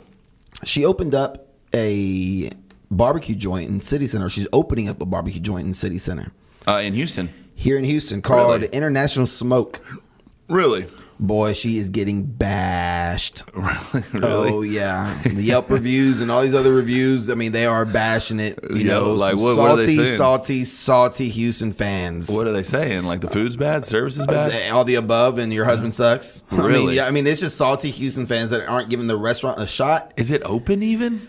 she opened up a barbecue joint in City Center. She's opening up a barbecue joint in City Center uh, in Houston, here in Houston called Really? International Smoke. really, Boy, she is getting bashed. really, Oh yeah, the Yelp reviews and all these other reviews. I mean, they are bashing it. You Yeah, know, like, some what- what are they salty, saying? salty, salty Houston fans. What are they saying? Like the food's bad, service is Uh, bad. they- all the above, and your husband sucks. I mean, Uh-huh. Really? yeah, I mean, it's just salty Houston fans that aren't giving the restaurant a shot. is it open even?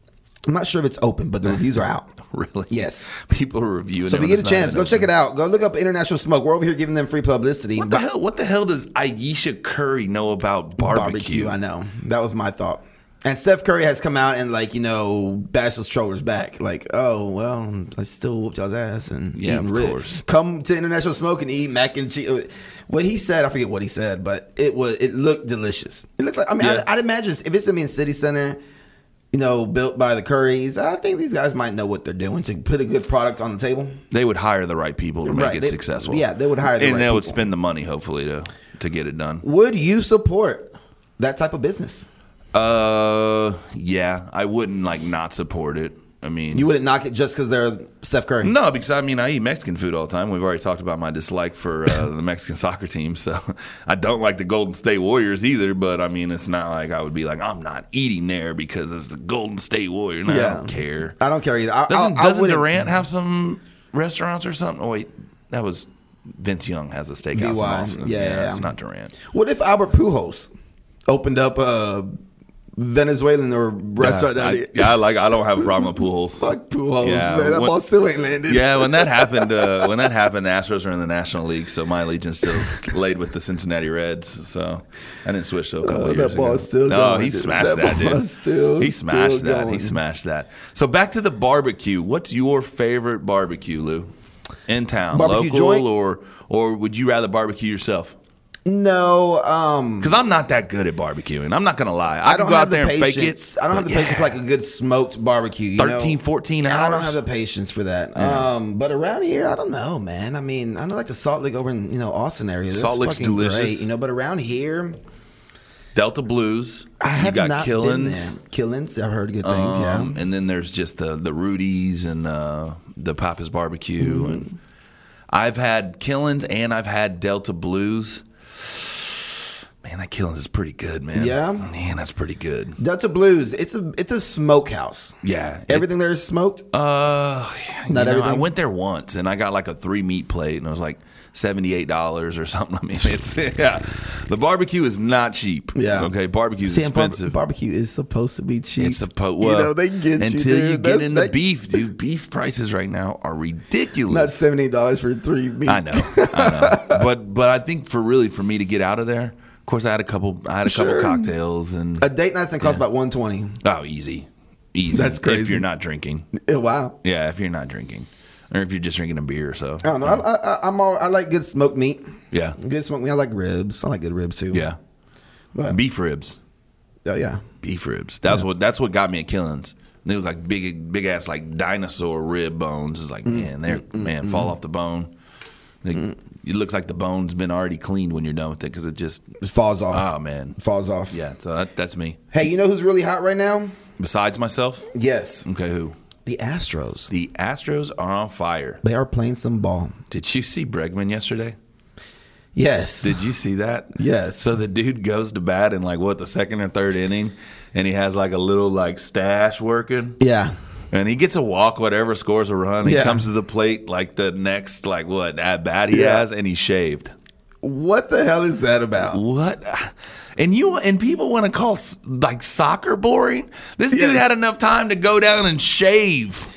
I'm not sure if it's open, but the reviews are out. Really? Yes. People are reviewing. So if it you when get a it's not chance, even go open. check it out. Go look up International Smoke. We're over here giving them free publicity. What the hell? What the hell does Aisha Curry know about barbecue? I know that was my thought. And Steph Curry has come out and like you know bashed those trollers back, like oh well, I still whooped y'all's ass and Yeah, eating of rib. course. Come to international smoke and eat mac and cheese. What he said, I forget what he said, but it was it looked delicious. It looks like I mean Yeah. I'd, I'd imagine if it's gonna be in City Center, you know, built by the Currys, I think these guys might know what they're doing to put a good product on the table. They would hire the right people to make Right, it they- successful. yeah, they would hire the and right they would people. spend the money hopefully to to get it done. Would you support that type of business? Uh, yeah, I wouldn't like not support it. I mean, You wouldn't knock it just because they're Steph Curry. no, because I mean, I eat Mexican food all the time. We've already talked about my dislike for uh, the Mexican soccer team. So I don't like the Golden State Warriors either. But I mean, it's not like I would be like, I'm not eating there because it's the Golden State Warriors. No, I Yeah. don't care. I don't care either. I, Doesn't, I, I doesn't wouldn't- Durant have some restaurants or something? Oh, wait. That was Vince Young has a steakhouse. in VY, Austin. yeah, yeah. It's not Durant. What if Albert Pujols opened up a Venezuelan or restaurant? down Uh, I, here? yeah, I like. I don't have a problem with Pujols. Fuck Pujols, Yeah, man. That what- ball still ain't landed. Yeah, when that happened, uh, when that happened, the Astros are in the National League, so my allegiance still is laid with the Cincinnati Reds. So I didn't switch though. a couple Oh, that years ball ago. is still no, going, he dude. smashed That that, ball dude. is still- he smashed still that. He going. smashed that. So back to the barbecue. What's your favorite barbecue, Lou? In town, Barbecue local, joint? or or would you rather barbecue yourself? No, um, Because I'm not that good at barbecuing. I'm not gonna lie. I, I don't can go have out the there and fake patience. it. I don't have the but yeah, patience for like a good smoked barbecue. You 13, know? 14 hours. I don't have the patience for that. Um, but around here, I don't know, man. I mean, I know like the Salt Lake over in you know Austin area. That's Salt Lake's fucking delicious. great, you know. But around here, Delta Blues. I you have got not Killins. been there. Killins, I've heard good things. Um, And then there's just the the Rudies and uh, the Papa's Barbecue. Mm-hmm. And I've had Killins and I've had Delta Blues. Man, that Killins is pretty good, man. Yeah? man, that's pretty good. yeah, Delta Blues. It's a it's a smokehouse. Yeah, it- Everything there is smoked. Uh, you know, I everything? went there once and I got like a three meat plate and it was like seventy eight dollars or something. I mean, it's yeah, the barbecue is not cheap. Yeah. okay, barbecue's See, and bar- expensive. barbecue is supposed to be cheap. It's supposed You know, they get you, until you, dude. get That's- in the that- beef, dude. Beef prices right now are not ridiculous. seventy dollars for three meat. I know, I know. but but I think for really for me to get out of there, of course I had a couple, I had a couple Sure. cocktails and A date night's gonna cost about one twenty. oh easy, easy. That's If crazy. you're not drinking, Wow. yeah, if you're not drinking, or if you're just drinking a beer or so. I don't know. I, I, I- I'm all. I like good smoked meat. Yeah, Good smoked meat. I like ribs. I like good ribs too. yeah. But, Beef ribs, oh yeah. beef ribs. That's what that's what got me at Killins. They was like big big ass like dinosaur rib bones. It's like man, they're man fall off the bone. They, It looks like the bone's been already cleaned when you're done with it because it just It falls off. oh man. falls off. Yeah, so that, that's me. Hey, you know who's really hot right now? Besides myself, Yes. okay, who? The Astros. The Astros are on fire. They are playing some ball. Did you see Bregman yesterday? Yes. Did you see that? Yes. So the dude goes to bat in like what the second or third inning, and he has like a little like stash working. yeah. And he gets a walk, whatever, scores a run. He Yeah. comes to the plate like the next, like what at bat he Yeah. has, and he's shaved. What the hell is that about? What? And you and people want to call s- like soccer boring. This dude Yes. had enough time to go down and shave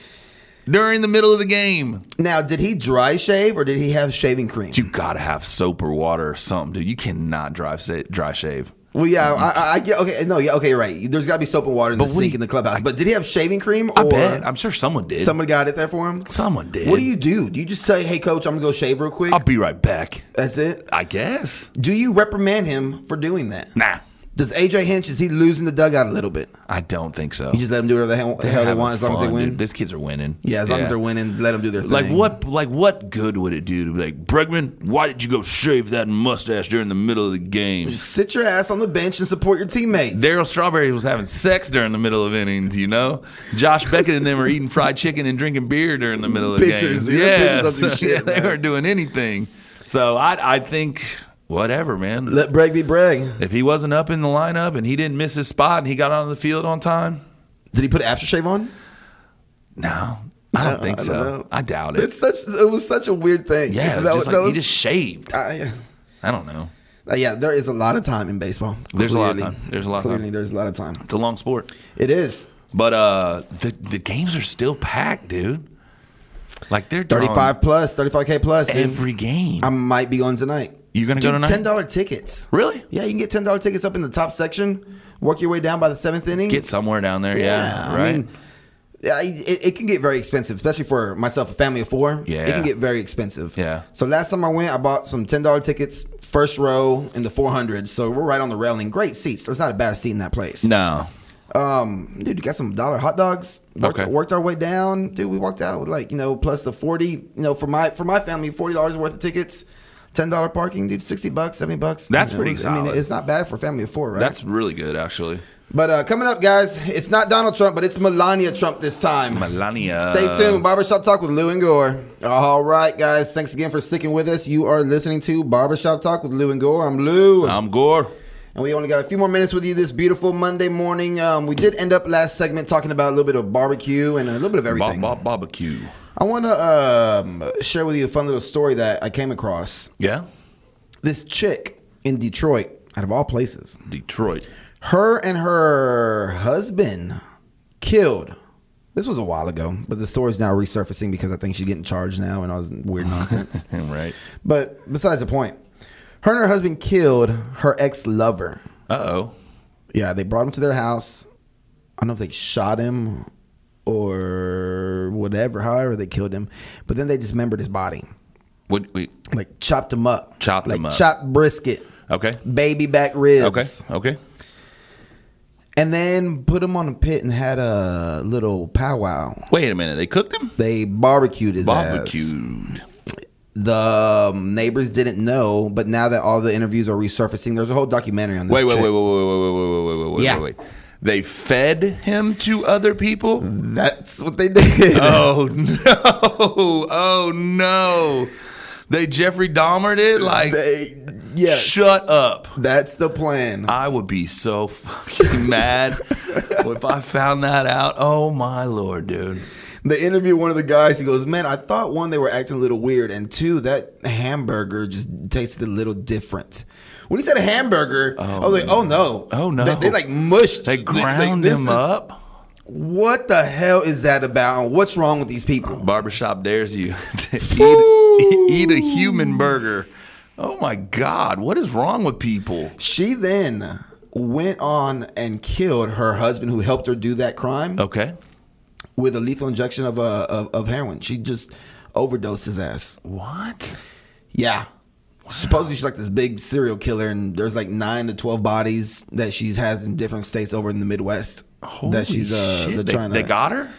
during the middle of the game. Now, did he dry shave or did he have shaving cream? You gotta have soap or water or something, dude. You cannot drive sa- dry shave. Well, yeah, I, I, I get okay. No, yeah, okay, you're right. There's got to be soap and water in the what do sink you- in the clubhouse. But did he have shaving cream? Or I bet. I'm sure someone did. someone got it there for him. someone did. What do you do? Do you just say, "Hey, coach, I'm gonna go shave real quick"? I'll be right back. That's it. I guess. Do you reprimand him for doing that? Nah, Does AJ Hinch is he losing the dugout a little bit? I don't think so. You just let him do whatever the hell the hell they having want as long as they fun, win. dude. These kids are winning. yeah, as long as they're winning, let them do their thing. Like what? Like what good would it do to be like Bregman? Why did you go shave that mustache during the middle of the game? Sit your ass on the bench and support your teammates. Daryl Strawberry was having sex during the middle of innings. You know, Josh Beckett and them were eating fried chicken and drinking beer during the middle of Pictures, games. dude. yeah, Pictures of so- this shit, yeah, they man. weren't doing anything. So I, I think whatever, man. Let Breg be Breg. if he wasn't up in the lineup and he didn't miss his spot and he got on the field on time, Did he put aftershave on? no, I don't No, think I so. don't know. I doubt it. It's such. It was such a weird thing. yeah, it was That just was- like, that he was- just shaved. I- I don't know. Uh, yeah, there is a lot of time in baseball. There's a lot of time. There's a lot of Clearly, time. there's a lot of time. It's a long sport. It is But uh, the the games are still packed, dude. Like they're drawing 35 plus, 35k plus. dude. every game. I might be going tonight. you gonna go Dude, tonight? Ten Mm. dollar tickets. Really? Yeah, you can get ten dollar tickets up in the top section. Work your way down by the seventh inning. Get somewhere down there, yeah, right. I mean, yeah, it, it can get very expensive, especially for myself, a family of four. Yeah. it can get very expensive. Yeah. So last time I went, I bought some ten dollar tickets, first row in the four hundred. So we're right on the railing. Great seats. There's not a bad seat in that place. no, Um, dude, you got some dollar hot dogs. Worked, Okay. worked our way down, dude. We walked out with like you know plus the forty, you know, for my for my family forty dollars worth of tickets, ten dollar parking, dude, sixty bucks, seventy bucks. That's You know, pretty it was- I mean, solid. it's not bad for a family of four, right? that's really good actually. But uh, coming up, guys, it's not Donald Trump, but it's Melania Trump this time. Melania. Stay tuned. Barbershop Talk with Lou and Gore. All right, guys. Thanks again for sticking with us. You are listening to Barbershop Talk with Lou and Gore. I'm Lou. I'm Gore. And we only got a few more minutes with you this beautiful Monday morning. Um, we did end up last segment talking about a little bit of barbecue and a little bit of Bob, everything. Bob, barbecue. I want to um, share with you a fun little story that I came across. Yeah. This chick in Detroit, out of all places, Detroit. her and her husband killed. This was a while ago, but the story's now resurfacing because I think she's getting charged now and all this weird nonsense. Right. but besides the point, her and her husband killed her ex lover. Uh oh. Yeah, they brought him to their house. I don't know if they shot him or whatever, however, they killed him. But then they dismembered his body, What? Wait. like chopped him up, Chopped like him up. chopped brisket, Okay. baby back ribs. Okay. Okay. and then put him on a pit and had a little powwow. Wait a minute. They cooked him. They barbecued his ass. Barbecued. The um, neighbors didn't know, but now that all the interviews are resurfacing, there's a whole documentary on this. Wait, wait, chick. wait, wait, wait, wait, wait, wait, wait, wait, wait, Yeah. wait, wait. They fed him to other people. That's what they did. Oh no! Oh no! They Jeffrey Dahmered it. Like, they, yes, shut up. That's the plan. I would be so fucking mad if I found that out. Oh my lord, dude. They interview one of the guys. He goes, "Man, I thought one they were acting a little weird, and two that hamburger just tasted a little different." When he said hamburger, I was like, "Oh no, Oh, no. They, they, like mushed. They ground this him is- up. What the hell is that about? And What's wrong with these people? Barbershop dares you to eat, eat a human burger. Oh my God, what is wrong with people? She then went on and killed her husband, who helped her do that crime, Okay. with a lethal injection of, uh, of of heroin. She just overdosed his ass. What? Yeah. Supposedly she's like this big serial killer, and there's like nine to twelve bodies that she's has in different states over in the Midwest that she's uh shit. they're They, trying they to. got her?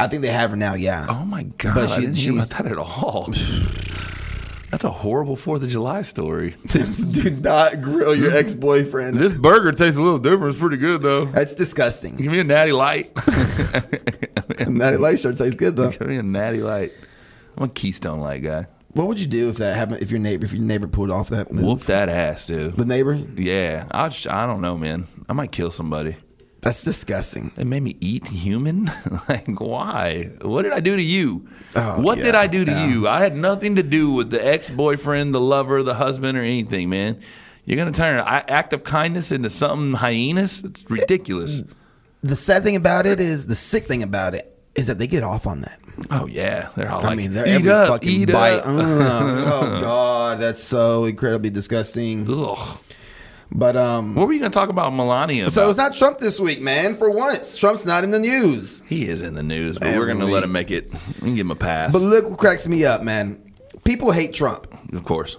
I think they have her now. Yeah. Oh my God. But I she- didn't hear about she's- that at all. That's a horrible 4th of July story. Do not grill your ex boyfriend. This burger tastes a little different. It's pretty good though. That's disgusting. Give me a natty light. And that light sure tastes good though. Give me a natty light. I'm a Keystone light guy. What would you do if that happened? If your neighbor, if your neighbor pulled off that move? Whoop that ass, dude. the neighbor? Yeah, I, just- I don't know, man. I might kill somebody. That's disgusting. They made me eat human. like, why? What did I do to you? Oh, what did yeah, I do to yeah. you? I had nothing to do with the ex boyfriend, the lover, the husband, or anything, man. You're gonna turn an a- act of kindness into something hyenas? It's ridiculous. Mm. The sad thing about it is the sick thing about it is that they get off on that. Oh yeah, they're all I like, mean, they're eat every up, fucking eat bite. up." Mm. oh god, that's so incredibly disgusting. Ugh. But um, What were you gonna talk about, Melania? so about? it's not Trump this week, man. For once, Trump's not in the news. he is in the news, but we're gonna Every let him make it. We can give him a pass, But look what cracks me up, man. People hate Trump, of course,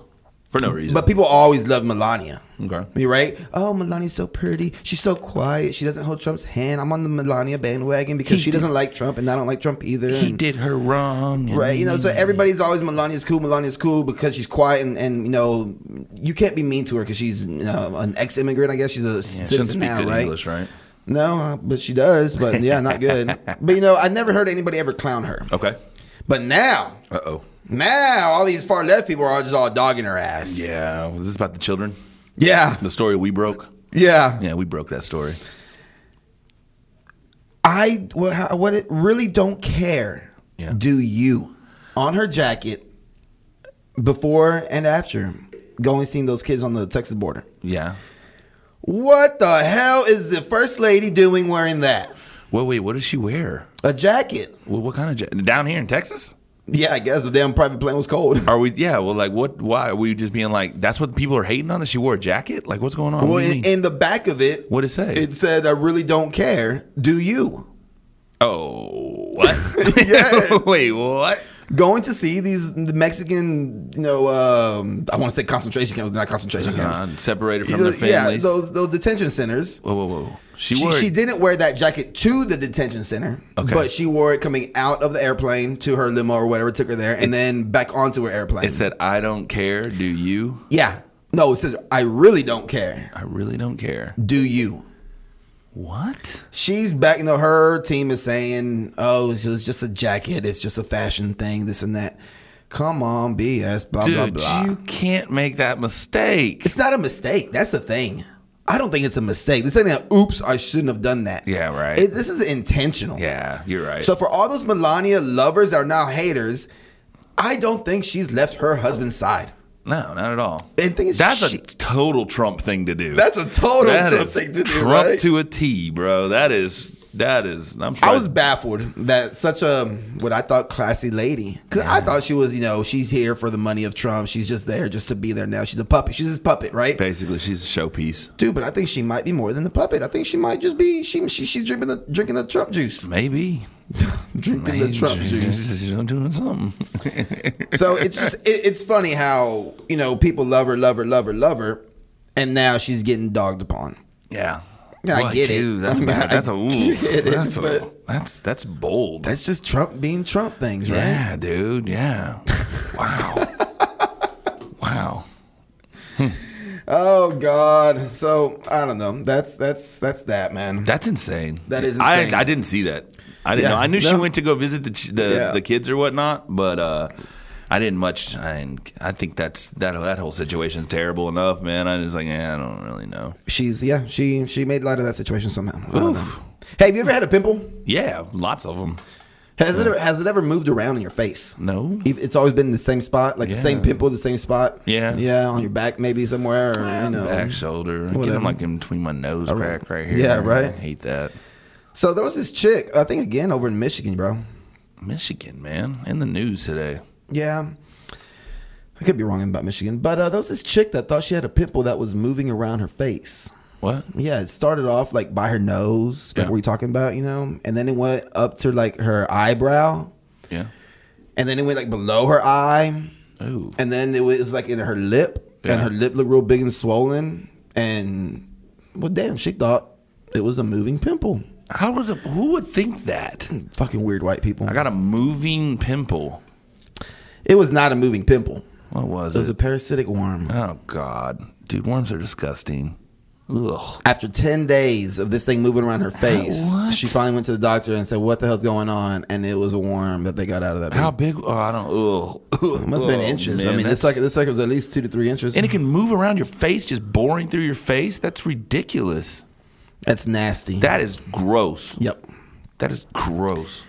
for no reason. but people always love Melania. okay. You right? Oh, Melania's so pretty. She's so quiet. She doesn't hold Trump's hand. I'm on the Melania bandwagon because He she did- doesn't like Trump, and I don't like Trump either. He and- did her wrong, and- Right, you know, so everybody's always Melania's cool, Melania's cool because she's quiet and, and you know, you can't be mean to her because she's you know, an ex immigrant, I guess. She's a Yeah, citizen shouldn't speak now, good right? English, right? No, uh, but she does, but yeah, not good. but you know, I never heard anybody ever clown her. Okay. But now, Uh oh. now all these far left people are just all dogging her ass. Yeah, was this about the children? Yeah. The story we broke? Yeah. Yeah, we broke that story. I, well, how, what it really don't care, Yeah. do you, on her jacket before and after going seeing those kids on the Texas border? Yeah. What the hell is the first lady doing wearing that? Well, wait, what did she wear? A jacket. Well, what kind of ja- down here in Texas? Yeah, I guess the damn private plane was cold. Are we? Yeah. Well, like, what? Why are we just being like? That's what people are hating on. That she wore a jacket. Like, what's going on? Well, What do you in, mean? in the back of it, What'd it say? It said, "I really don't care. Do you?" oh, what? Yes. wait, what? Going to see these Mexican, you know, um, I want to say concentration camps, not concentration camps. Uh, separated You from their know, yeah, families. those, those detention centers. whoa, whoa, whoa. She, She, wore. she She didn't wear that jacket to the detention center, Okay. but she wore it coming out of the airplane to her limo or whatever took her there, and then back onto her airplane. It said, "I don't care. Do you? Yeah. No, it says, I really don't care. I really don't care." Do you? What? She's back. You know, her team is saying, "Oh, it's just- just a jacket. It's just a fashion thing. This and that." Come on, BS. Blah blah Dude, blah. you can't make that mistake. It's not a mistake. That's the thing. I don't think it's a mistake. This ain't a oops. I shouldn't have done that. Yeah, right. It, this is intentional. Yeah, you're right. So for all those Melania lovers that are now haters, I don't think she's left her husband's side. no, not at all. And thing is, That's she- a total Trump thing to do. That's a total That Trump is thing to do, Trump right? to a T, bro. That is that is. I'm I surprised. was baffled that such a what I thought classy lady, because I thought she was, you know, she's here for the money of Trump. She's just there just to be there now. She's a puppet. She's his puppet, right? basically she's a showpiece. Dude, but I think she might be more than the puppet. I think she might just be she, she she's drinking the drinking the Trump juice, Maybe. drinking the Trump juice. I'm doing something. So it's just it, it's funny how you know people love her, love her, love her, love her, and now she's getting dogged upon. yeah. Yeah, I Well, get it. dude, That's I mean, bad. I That's a ooh, get it, that's, a, but- that's that's bold. That's just Trump being Trump things, right? Yeah, dude. Yeah. Wow. wow. Oh God. So I don't know. That's that's that's that man. That's insane. That is insane. I, I didn't see that. I didn't Yeah. know. I knew she No. went to go visit the ch- the, Yeah. the kids or whatnot, but uh, I didn't much. I didn't, I think that's that that whole situation's terrible enough, man. I was like, yeah, I don't really know. She's yeah. She she made light of that situation somehow. I don't know. Hey, have you ever had a pimple? Yeah, lots of them. Has it ever, has it ever moved around in your face? No. If It's always been in the same spot, like the same Yeah. pimple, the same spot. Yeah. yeah, on your back maybe somewhere. Or, you know. Back shoulder. Get 'em Whatever. like in between my nose crack right here. Yeah, right. I hate that. So there was this chick, I think again over in Michigan, bro. Michigan, man, in the news today. Yeah. I could be wrong about Michigan, but uh, there was this chick that thought she had a pimple that was moving around her face. What? Yeah, it started off like by her nose, like Yeah. we were talking about, you know, and then it went up to like her eyebrow, Yeah. and then it went like below her eye, Oh. and then it was like in her lip, and Yeah. her lip looked real big and swollen, and well, damn, she thought it was a moving pimple. How was it? Who would think that? Fucking weird white people. I got a moving pimple. it was not a moving pimple. What was It was it? a parasitic worm. Oh God, dude, worms are disgusting. Ugh. After 10 days of this thing moving around her face, What? she finally went to the doctor and said, What the hell's going on? And it was a worm that they got out of that. How baby. big? Oh, I don't. Ugh. It must have been Oh, inches. I man, mean, it's that's- like, it's like it was at least two to three inches. and it can move around your face, just boring through your face. That's ridiculous. That's nasty. That is gross. yep. That is gross.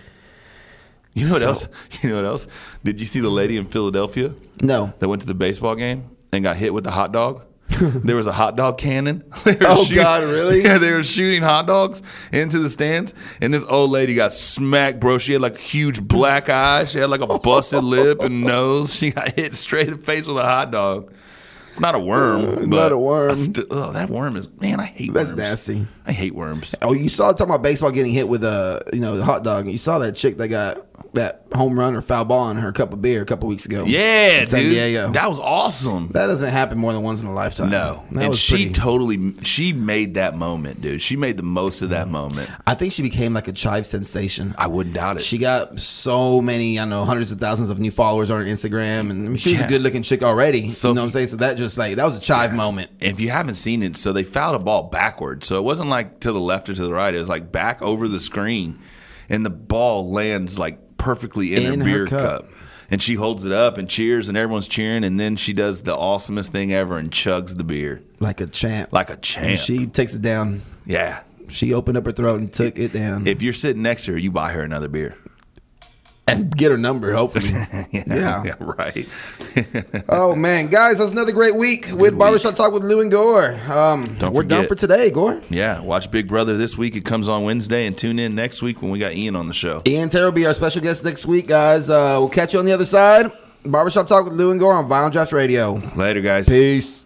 You know what So- else? You know what else? Did you see the lady in Philadelphia No. that went to the baseball game and got hit with the hot dog? there was a hot dog cannon. They were Oh, God, really? Yeah, they were shooting hot dogs into the stands, and this old lady got smacked, bro. She had like huge black eyes. She had like a busted lip and nose. She got hit straight in the face with a hot dog. It's not a worm. but Uh, Not a worm. I sti- oh, that worm is man. I hate That's worms. nasty. I hate worms. Oh, you saw talking about baseball getting hit with a you know hot dog. You saw that chick that got that home run or foul ball in her cup of beer a couple weeks ago. Yeah, in San dude. Diego. That, That was awesome. doesn't happen more than once in a lifetime. No, that and was she pretty. totally she made that moment, dude. She made the most of that moment. I think she became like a chive sensation. I wouldn't doubt it. She got so many, I don't know, hundreds of thousands of new followers on her Instagram, and I mean, she was a Yeah. good looking chick already. So you know if what I'm saying? So that just like that was a chive moment. if you haven't seen it, so they fouled a ball backwards. So it wasn't like to the left or to the right. It was like back over the screen, and the ball lands like perfectly in, In her her beer cup. cup. And she holds it up and cheers, and everyone's cheering. And then she does the awesomest thing ever and chugs the beer Like a champ. like a champ. She takes it down. yeah. She opened up her throat and took it down. If you're sitting next to her, you buy her another beer. and get her number, hopefully. yeah. yeah right. Oh man, guys, that was another great week with week. Barbershop Talk with Lou and Gore. Um Don't we're done forget. for today, Gore. Yeah, watch Big Brother this week. It comes on Wednesday, and tune in next week when we got Ian on the show. Ian Terrell will be our special guest next week, guys. Uh, we'll catch you on the other side. Barbershop Talk with Lou and Gore on Violent Draft Radio. Later, guys. Peace.